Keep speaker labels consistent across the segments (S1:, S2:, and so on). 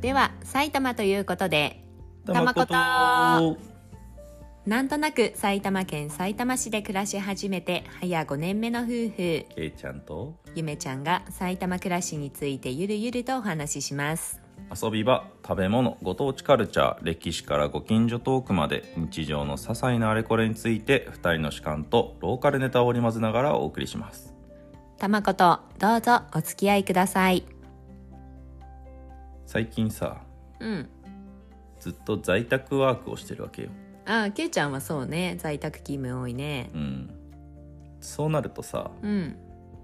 S1: では埼玉ということで
S2: たまこと
S1: なんとなく埼玉県埼玉市で暮らし始めて早5年目の夫婦
S2: けいちゃんと
S1: ゆめちゃんが埼玉暮らしについてゆるゆるとお話しします
S2: 遊び場食べ物ご当地カルチャー歴史からご近所トークまで日常の些細なあれこれについて2人の主観とローカルネタを織り交ぜながらお送りします
S1: たまことどうぞお付き合いください
S2: 最近さ
S1: うん
S2: ずっと在宅ワークをしてるわけよ
S1: ああけいちゃんはそうね在宅勤務多いね
S2: うんそうなるとさ
S1: うん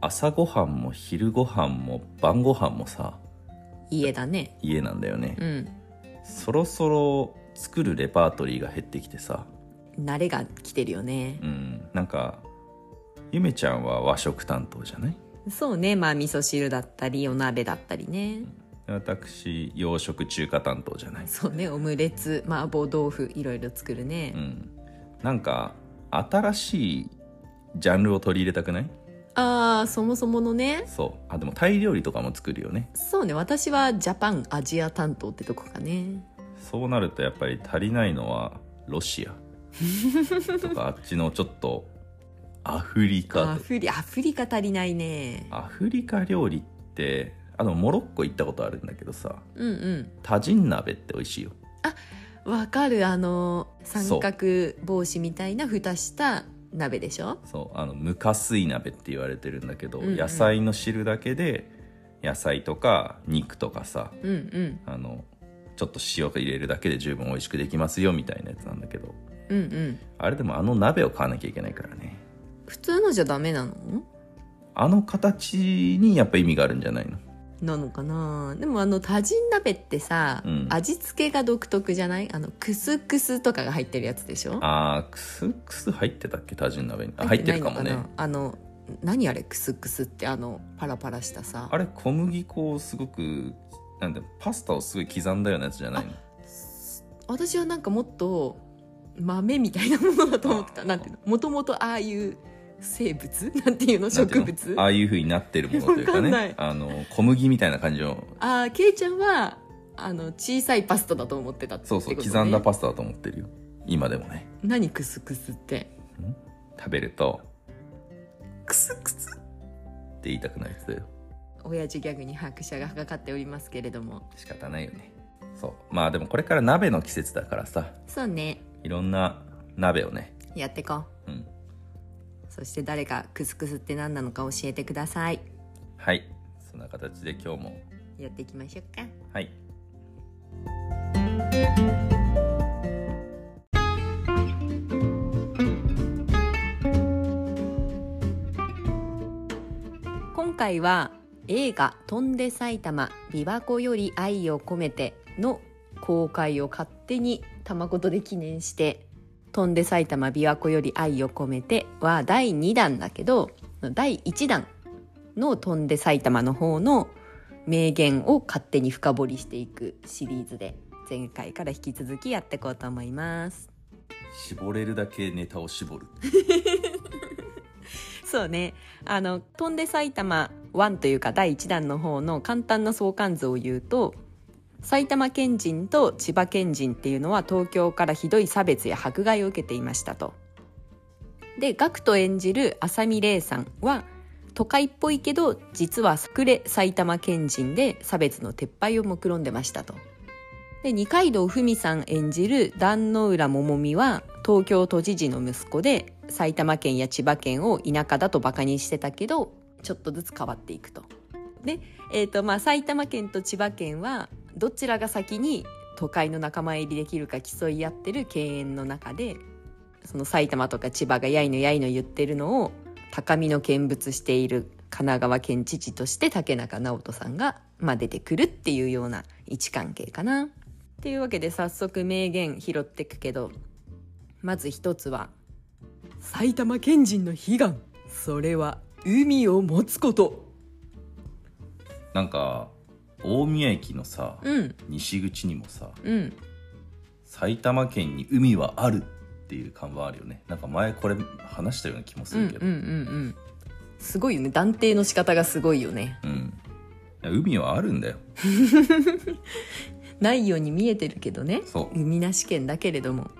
S2: 朝ごはんも昼ごはんも晩ごはんもさ
S1: 家だね
S2: 家なんだよね、
S1: うん
S2: そろそろ作るレパートリーが減ってきてさ
S1: 慣れが来てるよね
S2: うんなんかゆめちゃんは和食担当じゃない
S1: そうねまあ味噌汁だったりお鍋だったりね
S2: 私洋食中華担当じゃない
S1: そうねオムレツ麻婆豆腐いろいろ作るね
S2: うんなんか新しいジャンルを取り入れたくない
S1: ああそもそものね
S2: そうあでもタイ料理とかも作るよね
S1: そうね私はジャパンアジア担当ってとこかね
S2: そうなるとやっぱり足りないのはロシアとかあっちのちょっとアフリ
S1: ア
S2: カとか
S1: フリアフリカ足りないね
S2: アフリカ料理ってあのモロッコ行ったことあるんだけどさ
S1: うんうん
S2: タジン鍋って美味しいよ
S1: わかるあの
S2: そ
S1: 三
S2: う
S1: 角帽子みたいな蓋した鍋でしょ
S2: そうあの無加水鍋って言われてるんだけど、
S1: うんうん
S2: 野菜の汁だけで野菜とか肉とかさ
S1: うんうん
S2: あのちょっと塩入れるだけで十分美味しくできますよみたいなやつなんだけど
S1: うんうん
S2: あれでもあの鍋を買わなきゃいけないからね
S1: 普通のじゃダメなの
S2: あの形にやっぱ意味があるんじゃないの
S1: なのかなでもあの多人鍋ってさ、
S2: うん
S1: 味付けが独特じゃないあのクスクスとかが入ってるやつでしょ
S2: あークスクス入ってたっけタジン鍋にあ入って
S1: な
S2: る
S1: い
S2: か
S1: の
S2: もね
S1: なあの何あれクスクスってあのパラパラしたさ
S2: あれ小麦粉をすごくなんだパスタをすごい刻んだようなやつじゃないの
S1: 私はなんかもっと豆みたいなものだと思ってた
S2: あ
S1: なんていうのもともとああいう生物 なんていうの
S2: なんてい
S1: 植
S2: うの
S1: 物
S2: ああいうふうになってるものというかね
S1: わかんない
S2: あの小麦みたいな感じの
S1: ああケイちゃんはあの小さいパスタだと思ってたって
S2: そ
S1: こ
S2: う
S1: と、
S2: そ
S1: ね、
S2: う、刻んだパスタだと思ってるよ今でもね
S1: 何クスクスって
S2: 食べるとクスクスって言いたくなるやつだよ
S1: 親父ギャグに拍車がかかっておりますけれども
S2: 仕方ないよねそうまあでもこれから鍋の季節だからさ
S1: そうね
S2: いろんな鍋をね
S1: やってこう
S2: うん
S1: そして誰かクスクスって何なのか教えてください
S2: はいそんな形で今日も
S1: やっていきましょうか
S2: はい
S1: 今回は映画「飛んで埼玉琵琶湖より愛を込めて」の公開を勝手に玉ことで記念して「飛んで埼玉琵琶湖より愛を込めて」は第2弾だけど第1弾の「飛んで埼玉」の方の名言を勝手に深掘りしていくシリーズで前回から引き続きやっていこうと思います。
S2: 絞れるだけネタを絞る
S1: そうね。あの、飛んで埼玉1というか第1弾の方の簡単な相関図を言うと、埼玉県人と千葉県人っていうのは東京からひどい差別や迫害を受けていましたと。で、ガクト演じる浅見玲さんは、都会っぽいけど、実は隠れ埼玉県人で差別の撤廃を目論んでましたと。で、二階堂ふみさん演じる壇ノ浦桃美は東京都知事の息子で埼玉県や千葉県を田舎だとバカにしてたけどちょっとずつ変わっていくと。で、えーとまあ、埼玉県と千葉県はどちらが先に都会の仲間入りできるか競い合ってる犬猿の中でその埼玉とか千葉がやいのやいの言ってるのを高みの見物している神奈川県知事として竹中直人さんが、まあ、出てくるっていうような位置関係かな。っていうわけで早速名言拾ってくけどまず一つは「埼玉県人の悲願それは海を持つこと
S2: なんか大宮駅のさ」
S1: うん
S2: 西口にもさ
S1: うん
S2: 埼玉県に海はあるっていう看板あるよねなんか前これ話したような気もす
S1: うんうん
S2: る
S1: うん
S2: けど、
S1: うんすごいよね断定の仕方がすごいよね
S2: うん海はあるんだよ
S1: ないように見えてるけどね
S2: そ
S1: 海なし県だけれども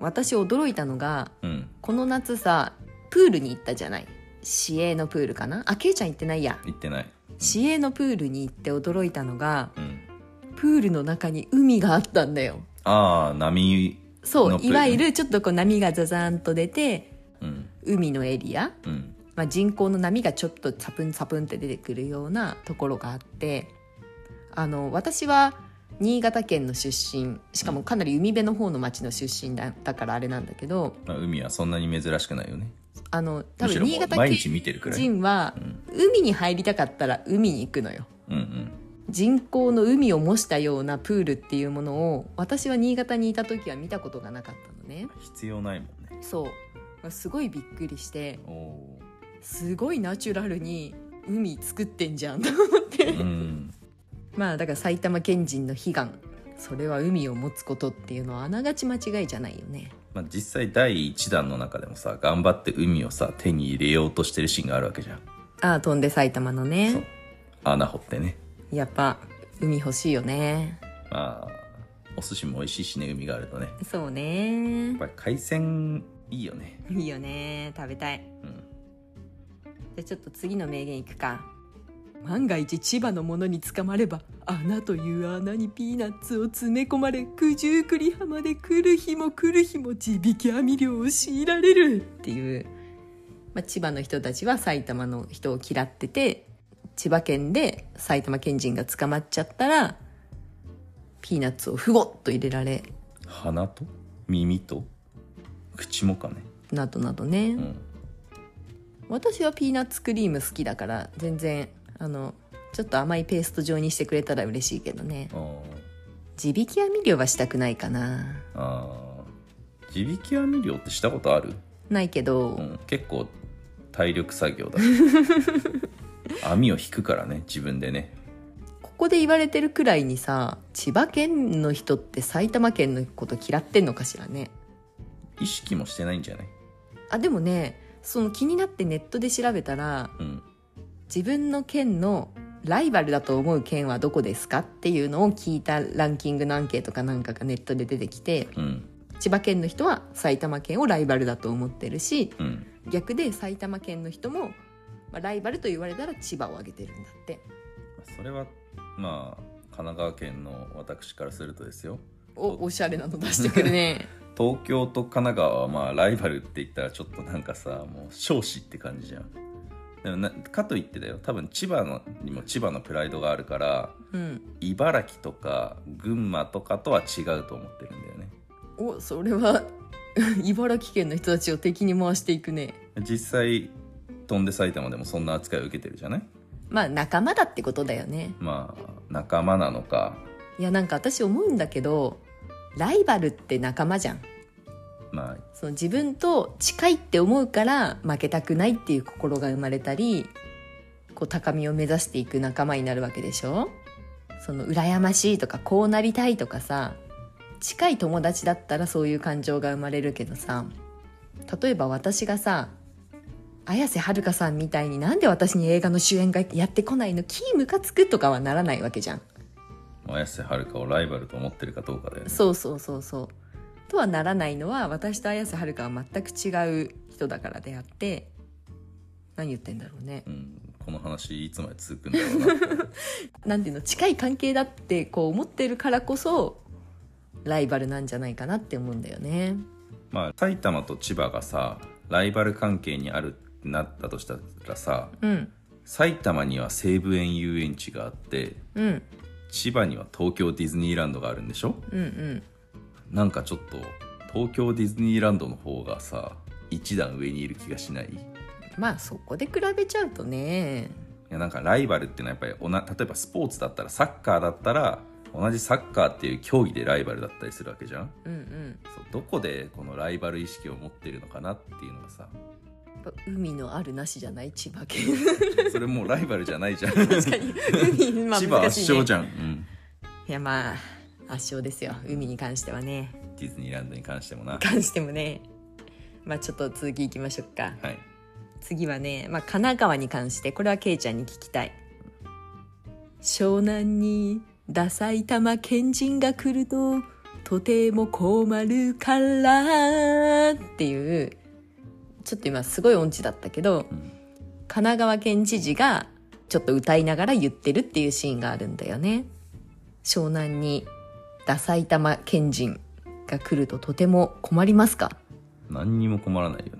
S1: 私驚いたのが
S2: ううん
S1: この夏さプールに行ったじゃない市営のプールかなあけいちゃん行ってないや
S2: 行ってない
S1: 市営のプールに行って驚いたのが
S2: うん
S1: プールの中に海があったんだよ
S2: ああ波
S1: そ
S2: の
S1: う
S2: プール
S1: い
S2: ね
S1: わゆるちょっとこう波がザザーンと出て
S2: うん
S1: 海のエリア、
S2: うん
S1: まあ、人工の波がちょっとサプンサプンって出てくるようなところがあってあの私は新潟県の出身しかもかなり海辺の方の町の出身だだからあれなんだけど
S2: まあ海はそんなに珍しくないよね
S1: あの多
S2: む
S1: 分
S2: しろも
S1: 新
S2: う
S1: 潟
S2: 毎
S1: 県
S2: 日見てるくらい
S1: 人は
S2: うん
S1: 海に入りたかったら海に行くのよ
S2: うんうん
S1: 人工の海を模したようなプールっていうものを私は新潟にいた時は見たことがなかったのね
S2: 必要ないもんね
S1: そうすごいびっくりして
S2: おお
S1: すごいナチュラルに海作ってんじゃんと 思って、
S2: ーうん
S1: まあだから埼玉県人の悲願それは海を持つことっていうのはあながち間違いじゃないよね
S2: まあ、実際第1弾の中でもさ頑張って海をさ手に入れようとしてるシーンがあるわけじゃん
S1: ああ飛んで埼玉の
S2: そ
S1: ね
S2: う穴掘ってね
S1: やっぱ海欲しいよね
S2: まあお寿司も美味しいしね海があるとね
S1: そうね
S2: やっぱり海鮮いいよね
S1: いいよね食べたい
S2: うん
S1: じゃあちょっと次の名言いくか万が一千葉のものにつかまれば穴という穴にピーナッツを詰め込まれ九十九里浜で来る日も来る日も地引き網漁を強いられるっていう、まあ、千葉の人たちは埼玉の人を嫌ってて千葉県で埼玉県人が捕まっちゃったらピーナッツをふごっと入れられ
S2: 鼻と耳と口もかね
S1: などなどね、
S2: うん
S1: 私はピーナッツクリーム好きだから全然あのちょっと甘いペースト状にしてくれたら嬉しいけどね
S2: あー
S1: 地引き網漁はしたくないかな
S2: あー地引き網漁ってしたことある、
S1: ないけど、
S2: うん、結構体力作業だ網を引くからね自分でね
S1: ここで言われてるくらいにさ千葉県の人って埼玉県のこと嫌ってんのかしらね
S2: 意識もしてないんじゃない
S1: あでもねその気になってネットで調べたら
S2: うん
S1: 自分の県のライバルだと思う県はどこですかっていうのを聞いたランキングのアンケートかなんかがネットで出てきて
S2: うん
S1: 千葉県の人は埼玉県をライバルだと思ってるし
S2: うん
S1: 逆で埼玉県の人も、まあ、ライバルと言われたら千葉を挙げてるんだって
S2: それはまあ神奈川県の私からするとですよ
S1: おおしゃれなの出してくるね
S2: 東京と神奈川はまあライバルって言ったらちょっとなんかさもう少子って感じじゃんでもなかといってだよ多分千葉のにも千葉のプライドがあるから
S1: うん
S2: 茨城とか群馬とかとは違うと思ってるんだよね
S1: おそれは 茨城県の人たちを敵に回していくね
S2: 実際飛んで埼玉でもそんな扱いを受けてるじゃない
S1: まあ仲間だってことだよね
S2: まあ仲間なのか
S1: いやなんか私思うんだけどライバルって仲間じゃん
S2: まあ
S1: その自分と近いって思うから負けたくないっていう心が生まれたりこう高みを目指していく仲間になるわけでしょその羨ましいとかこうなりたいとかさ近い友達だったらそういう感情が生まれるけどさ例えば私がさ綾瀬はるかさんみたいになんで私に映画の主演がやってこないのキームカつくとかはならないわけじゃん
S2: 綾瀬はるかをライバルと思ってるかどうかだよね
S1: そうそうそうそうとはならないのは私と綾瀬はるかは全く違う人だからであって何言ってんだろうね
S2: うん、この話いつまで続くんだろうなって
S1: なんていうの近い関係だってこう思ってるからこそライバルなんじゃないかなって思うんだよね
S2: まあ埼玉と千葉がさライバル関係にあるってなったとしたらさ
S1: うん
S2: 埼玉には西武園遊園地があって
S1: うん
S2: 千葉には東京ディズニーランドがあるんでしょ
S1: うんうん
S2: なんかちょっと東京ディズニーランドの方がさ一段上にいる気がしないい
S1: まあそこで比べちゃうとね
S2: やなんかライバルってのはやっぱりおな例えばスポーツだったらサッカーだったら同じサッカーっていう競技でライバルだったりするわけじゃん
S1: うんうん
S2: そうどこでこのライバル意識を持ってるのかなっていうのがさ
S1: やっぱ海のあるなしじゃない千葉 県
S2: それもうライバルじゃないじゃん
S1: 確 かに海まあ
S2: 千葉
S1: 難
S2: 圧
S1: しい、ね、
S2: 勝じゃん、うん、
S1: いやまあ圧勝ですよ海に関してはね
S2: ディズニーランドに関して もな
S1: 関してもねまあちょっと続きいきましょうか
S2: はい
S1: 次はね、まあ、神奈川に関してこれはケイちゃんに聞きたい湘南にダサい玉賢人が来るととても困るからっていうちょっと今すごい音痴だったけど、
S2: うん
S1: 神奈川県知事がちょっと歌いながら言ってるっていうシーンがあるんだよね湘南にダサい玉賢人が来るととても困りますか
S2: 何にも困らないよね。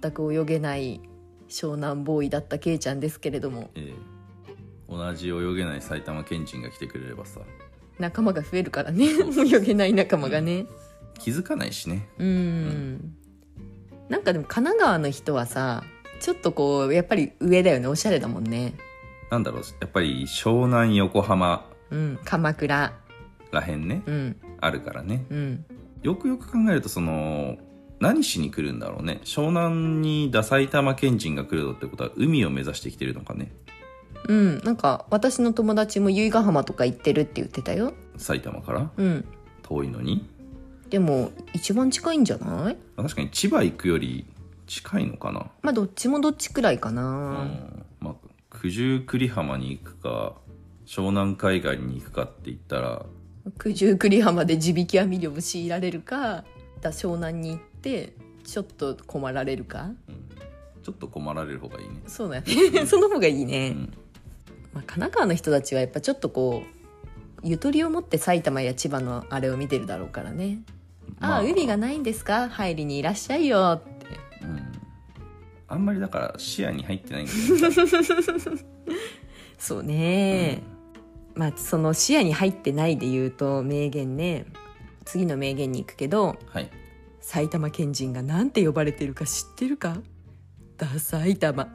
S1: 全く泳げない湘南ボーイだったケイちゃんですけれども
S2: ええ同じ泳げない埼玉県人が来てくれればさ、
S1: 仲間が増えるからね泳げない仲間がね
S2: 気づかないしね。
S1: うんなんかでも神奈川の人はさちょっとこうやっぱり上だよねおしゃれだもんね
S2: なんだろう、やっぱり湘南横浜
S1: うん鎌倉
S2: らへんね、
S1: うん
S2: あるからね。
S1: うん
S2: よくよく考えると、その、何しに来るんだろうね。湘南にダサい玉県人が来るのってことは海を目指してきてるのかね。
S1: うんなんか私の友達も由比ヶ浜とか行ってるって言ってたよ
S2: 埼玉から
S1: うん
S2: 遠いのに。
S1: でも一番近いんじゃない
S2: まあ確かに千葉行くより近いのかな。
S1: まあどっちもどっちくらいか
S2: う
S1: な、
S2: んまあ、九十九里浜に行くか湘南海岸に行くかって言ったら
S1: 九十九里浜で地引き網漁を強いられるかだ湘南に行ってちょっと困られるか
S2: ちょっと困られる方がいいね、
S1: そうだねその方がいいうね、
S2: ん、
S1: まあ、神奈川の人たちはやっぱちょっとこうゆとりを持って埼玉や千葉のあれを見てるだろうからね「あ
S2: ま
S1: あ海がないんですか入りにいらっしゃいよ」って
S2: うん、あんまりだから視野に入ってないんだよ ね
S1: そうね、まあその視野に入ってないで言うと名言ね次の名言に行くけど
S2: うんはい
S1: 埼玉県人がなんて呼ばれてるか知ってるかダサい玉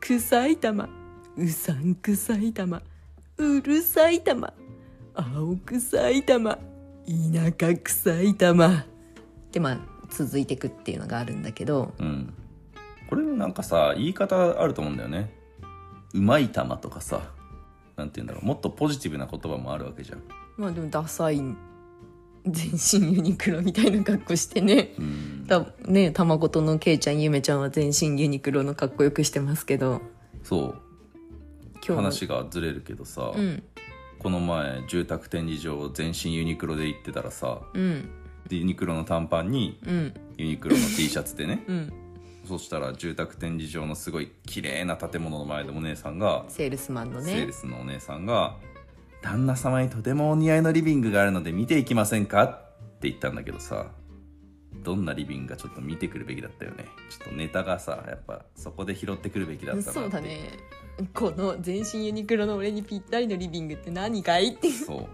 S1: 臭い玉うさんくさい玉うるさい玉青臭い玉田舎臭い玉でまあ続いてくっていうのがあるんだけど
S2: うんこれもなんかさ言い方あると思うんだよねうまい玉とかさなんて言うんだろうもっとポジティブな言葉もあるわけじゃん、
S1: まあでもダサい全身ユニクロみたいな格好してね
S2: うん、
S1: だね玉ごとのけいちゃんゆめちゃんは全身ユニクロのかっこよくしてますけど今
S2: そう
S1: 日も
S2: 話がずれるけどさ、
S1: うん
S2: この前住宅展示場全身ユニクロで行ってたらさ
S1: うん
S2: でユニクロの短パンに
S1: うん
S2: ユニクロの T シャツでね
S1: うん
S2: そしたら住宅展示場のすごい綺麗な建物の前でお姉さんが、
S1: セールスマンの
S2: セー
S1: ね
S2: ルスのお姉さんが「旦那様にとてもお似合いのリビングがあるので見ていきませんか?」って言ったんだけどさどんなリビングかちょっと見てくるべきだったよねちょっとネタがさやっぱそこで拾ってくるべきだったなって
S1: そうだねこの全身ユニクロの俺にぴったりのリビングって何かいって
S2: そ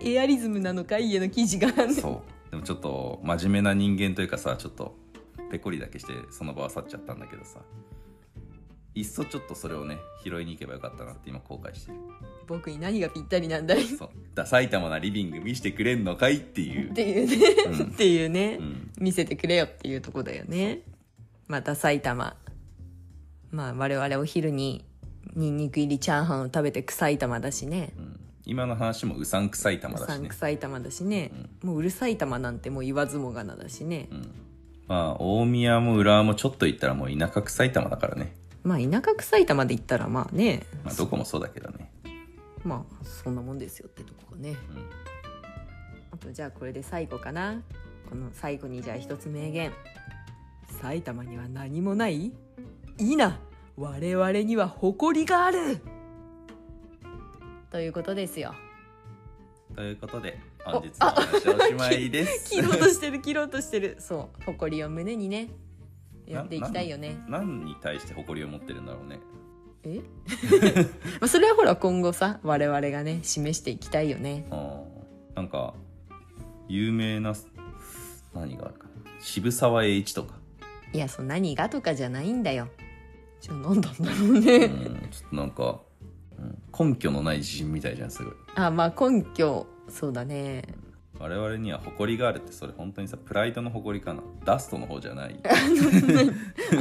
S1: エアリズムなのか家の生地が
S2: うそうでもちょっと真面目な人間というかさちょっとペコリだけしてその場は去っちゃったんだけどさいっそちょっとそれをね拾いに行けばよかったなって今後悔してる
S1: 僕に何がぴったりなんだいっ
S2: そうだ埼玉なリビング見せてくれんのかいっていう、
S1: ていうね
S2: う
S1: っ
S2: ん
S1: ていうね、
S2: うん
S1: 見せてくれよっていうとこだよねまた埼玉まあ我々お昼にニンニク入りチャーハンを食べて臭い玉だしね
S2: うん、今の話もうさんくさい玉
S1: う
S2: だ
S1: さ
S2: し
S1: ん
S2: ね
S1: く、さい玉だしね、もううるさい玉なんてもう言わずもがなだしね、
S2: うん、まあ大宮も浦和もちょっと行ったらもう田舎くさい玉だからね、
S1: まあ田舎臭い玉で言ったらまあね
S2: まあ、どこもそうだけどね、
S1: まあそんなもんですよってとこかね
S2: うん、
S1: あとじゃあこれで最後かなこの最後にじゃあ一つ名言埼玉には何もないいいな我々には誇りがあるということですよ
S2: ということで本日のお話はおしまいです
S1: 切ろうとしてる切ろうとしてるそう誇りを胸にねやっていきたいよね
S2: 何に対して誇りを持ってるんだろうね
S1: え まあそれはほら今後さ我々がね示していきたいよね
S2: あーなんか有名な何があるかな渋沢栄一 とか、
S1: いやそう何がとかじゃないんだよじゃあ何だんだろう
S2: う
S1: ね
S2: ん、ちょっとなんか、うん、根拠のない自信みたいじゃんすごい
S1: あまあ根拠そうだね
S2: 我々には誇りがあるってそれ本当にさプライドの誇りかなダストの方じゃない、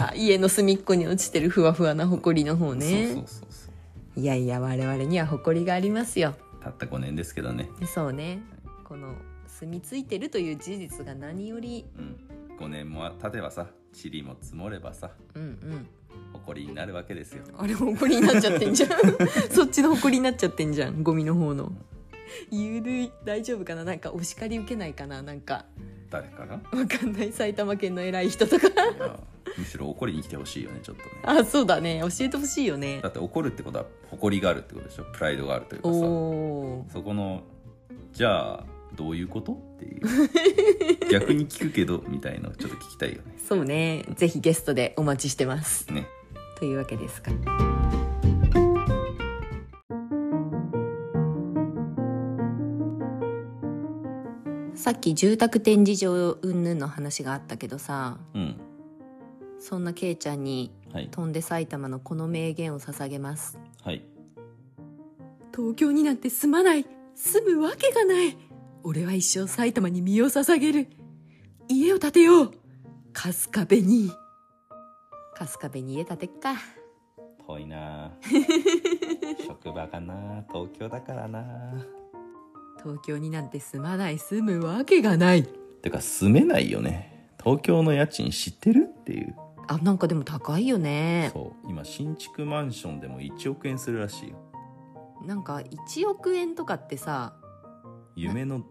S1: あ家の隅っこに落ちてるふわふわな埃の方 ね
S2: そうそうそうそう
S1: いやいや我々には誇りがありますよ
S2: たった5年ですけどね、
S1: そうねこの住み着いてるという事実が何より
S2: うん、5年も経てばさ塵も積もればさ
S1: うんうん
S2: 誇りになるわけですよ
S1: あれ誇りになっちゃってんじゃんそっちの誇りになっちゃってんじゃんゴミの方のゆるい大丈夫かななんかお叱り受けないかななんか
S2: 誰からい
S1: わかんない埼玉県の偉い人とか
S2: やむしろ怒りに来てほしいよねちょっとね
S1: あそうだね教えてほしいよね
S2: だって怒るってことは誇りがあるってことでしょプライドがあるというか
S1: お
S2: さ
S1: お
S2: そこのじゃあどういうことっていう 逆に聞くけどみたいのちょっと聞きたいよね
S1: ーそうねぜひゲストでお待ちしてます
S2: ね
S1: というわけですかさっき住宅展示場云々の話があったけどさ
S2: うん
S1: そんなけいちゃんに
S2: はい
S1: 飛んで埼玉のこの名言を捧げます
S2: はい
S1: 東京になんて住まない住むわけがない俺は一生埼玉に身を捧げる家を建てよう春日部に春日部に家建てっか
S2: 遠いな 職場かな東京だからな
S1: 東京になんて住まない住むわけがない
S2: てか住めないよね東京の家賃知ってるっていう
S1: あなんかでも高いよね
S2: そう今新築マンションでも1億円するらしいよ
S1: なんか1億円とかってさ
S2: 夢の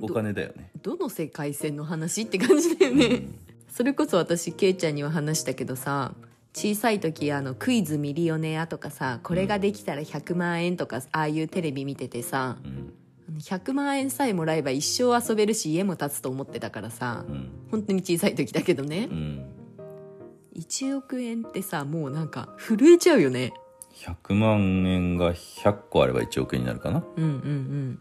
S2: お金だよね
S1: どの世界線の話って感じだよ ね、それこそ私ケイちゃんには話したけどさ小さい時あのクイズミリオネアとかさこれができたら100万円とかああいうテレビ見ててさ
S2: うん
S1: 100万円さえもらえば一生遊べるし家も建つと思ってたからさ
S2: うん
S1: 本当に小さい時だけどね
S2: うん
S1: 1億円ってさもうなんか震えちゃうよね
S2: 100万円が100個あれば1億円になるかな
S1: うんうんうん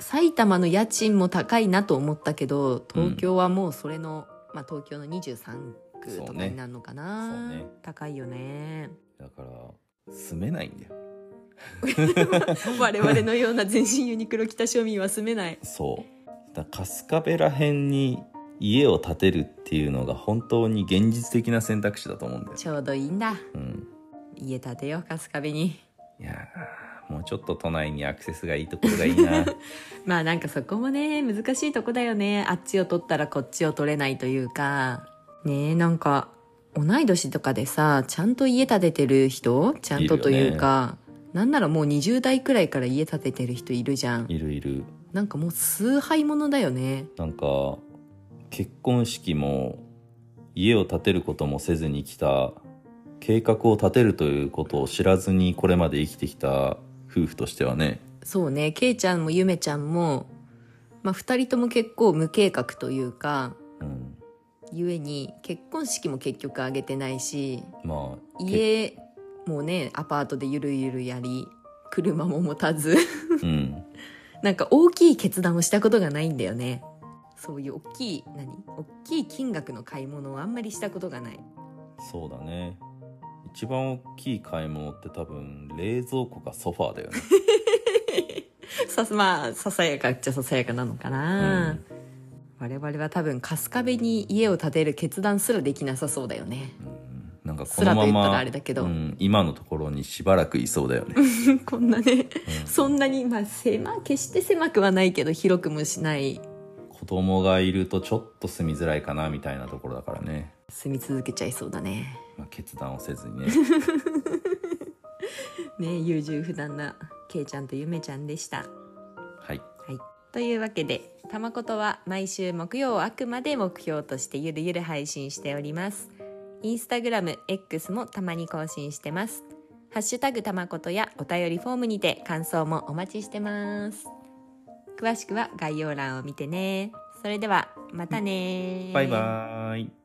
S1: 埼玉の家賃も高いなと思ったけど東京はもうそれの、まあ、東京の23区
S2: そ
S1: と
S2: う
S1: か
S2: ね
S1: になるのかな、
S2: そうね
S1: 高いよね
S2: だから住めないんだよ
S1: 我々のような全身ユニクロ北庶民は住めない
S2: そうだから春日部ら辺に家を建てるっていうのが本当に現実的な選択肢だと思うんだよ、
S1: ちょうどいいんだ
S2: うん、
S1: 家建てよう春日部に
S2: いやーもうちょっと都内にアクセスがいいところがいい な
S1: まあなんかそこもね難しいとこだよねあっちを取ったらこっちを取れないというかねえなんか同い年とかでさちゃんと家建ててる人ちゃんとというか、なんならもう20代くらいから家建ててる人いるじゃん
S2: いるいる
S1: なんかもう崇拝者だよね
S2: なんか結婚式も家を建てることもせずに来た計画を立てるということを知らずにこれまで生きてきた夫婦としてはね
S1: そうねケイちゃんもゆめちゃんも、まあ、2人とも結構無計画というか
S2: うん
S1: ゆえに結婚式も結局挙げてないし
S2: まあけ
S1: 家もねアパートでゆるゆるやり車も持たず
S2: うん
S1: なんか大きい決断をしたことがないんだよねそういう大きい何大きい金額の買い物をあんまりしたことがない
S2: そうだね一番大きい買い物って多分冷蔵庫かソファーだよね、
S1: さまあささやかっちゃささやかなのか
S2: う
S1: な、
S2: ん
S1: 我々は多分春日部に家を建てる決断すらできなさそうだよね
S2: うんなんか
S1: す
S2: こ
S1: らと
S2: のま
S1: 言った
S2: ま
S1: らあれだけど
S2: うん、今のところにしばらくいそうだよね、うん
S1: こんなねそんなにまあ狭決して狭くはないけど広くもしない
S2: 子供がいるとちょっと住みづらいかなみたいなところだからね、
S1: 住み続けちゃいそうだね
S2: まあ、決断をせずにね
S1: ね優柔不断なけいちゃんとゆめちゃんでした
S2: はい。
S1: はい、というわけで「たまこと」は毎週木曜あくまで目標としてゆるゆる配信しておりますインスタグラム X もたまに更新してますハッシュタグたまことやお便りフォームにて感想もお待ちしてます詳しくは概要欄を見てねそれではまたね
S2: バイバーイ。